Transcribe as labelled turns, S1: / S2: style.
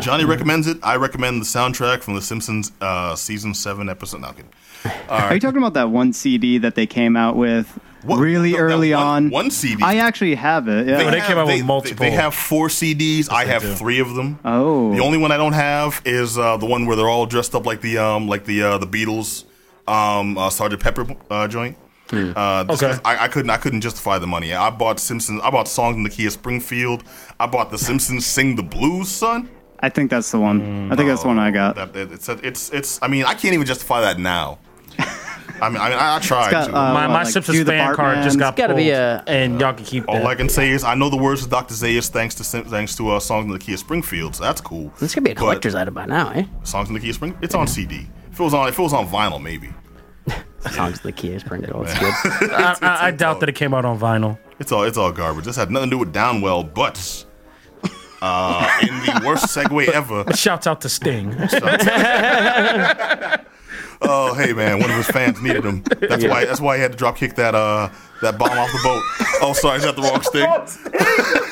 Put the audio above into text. S1: Johnny
S2: Mm-hmm.
S1: recommends it. I recommend the soundtrack from The Simpsons uh, season seven episode. No, I'm kidding.
S2: Are you talking about that one CD that they came out with
S1: What-
S2: really
S1: that
S2: early
S1: one-
S2: on?
S1: one CD.
S2: I actually have it. Yeah.
S1: They
S3: they came out with multiple.
S1: They, have four CDs. I have
S3: do.
S1: three of them.
S2: Oh.
S1: The only one I don't have is uh, the one where they're all dressed up like the um like the uh, the Beatles um uh, Sergeant Pepper uh, joint.
S2: Hmm.
S1: Uh, just
S3: Okay.
S1: 'cause I, I couldn't I couldn't justify the money. I bought Simpsons. I bought songs in the key of Springfield. I bought the Simpsons sing the blues, son.
S2: I think that's the one. I think that's the one I got.
S1: That, that- it's it's it's. I mean, I can't even justify that now. I mean, I, mean, I, I tried
S2: got,
S1: to.
S2: uh,
S3: my
S2: well,
S3: my
S2: like,
S3: Simpsons
S2: do the
S3: fan card
S2: Bartmans.
S3: just got
S2: It's
S4: gotta
S3: pulled,
S4: be a-
S3: and y'all can keep
S4: Oh,
S3: that.
S1: All I can say is I know the words of Dr. Zayas thanks to Sim- thanks to uh, songs in the key of Springfield. So that's cool.
S4: This could be a
S1: But
S4: collector's item by now, eh?
S1: songs in the key of Springfield. It's on CD. If it was on if it was on vinyl, maybe.
S4: Songs of the Key is Springfield. It's good.
S3: I, I, I doubt that it came out on vinyl.
S1: It's all it's all garbage. This had nothing to do with Downwell, but uh, in the worst segue ever.
S3: Shouts out to Sting.
S1: Oh hey man, one of his fans needed him. That's why that's why he had to drop kick that uh that bomb off the boat. Oh sorry, is that the wrong stick?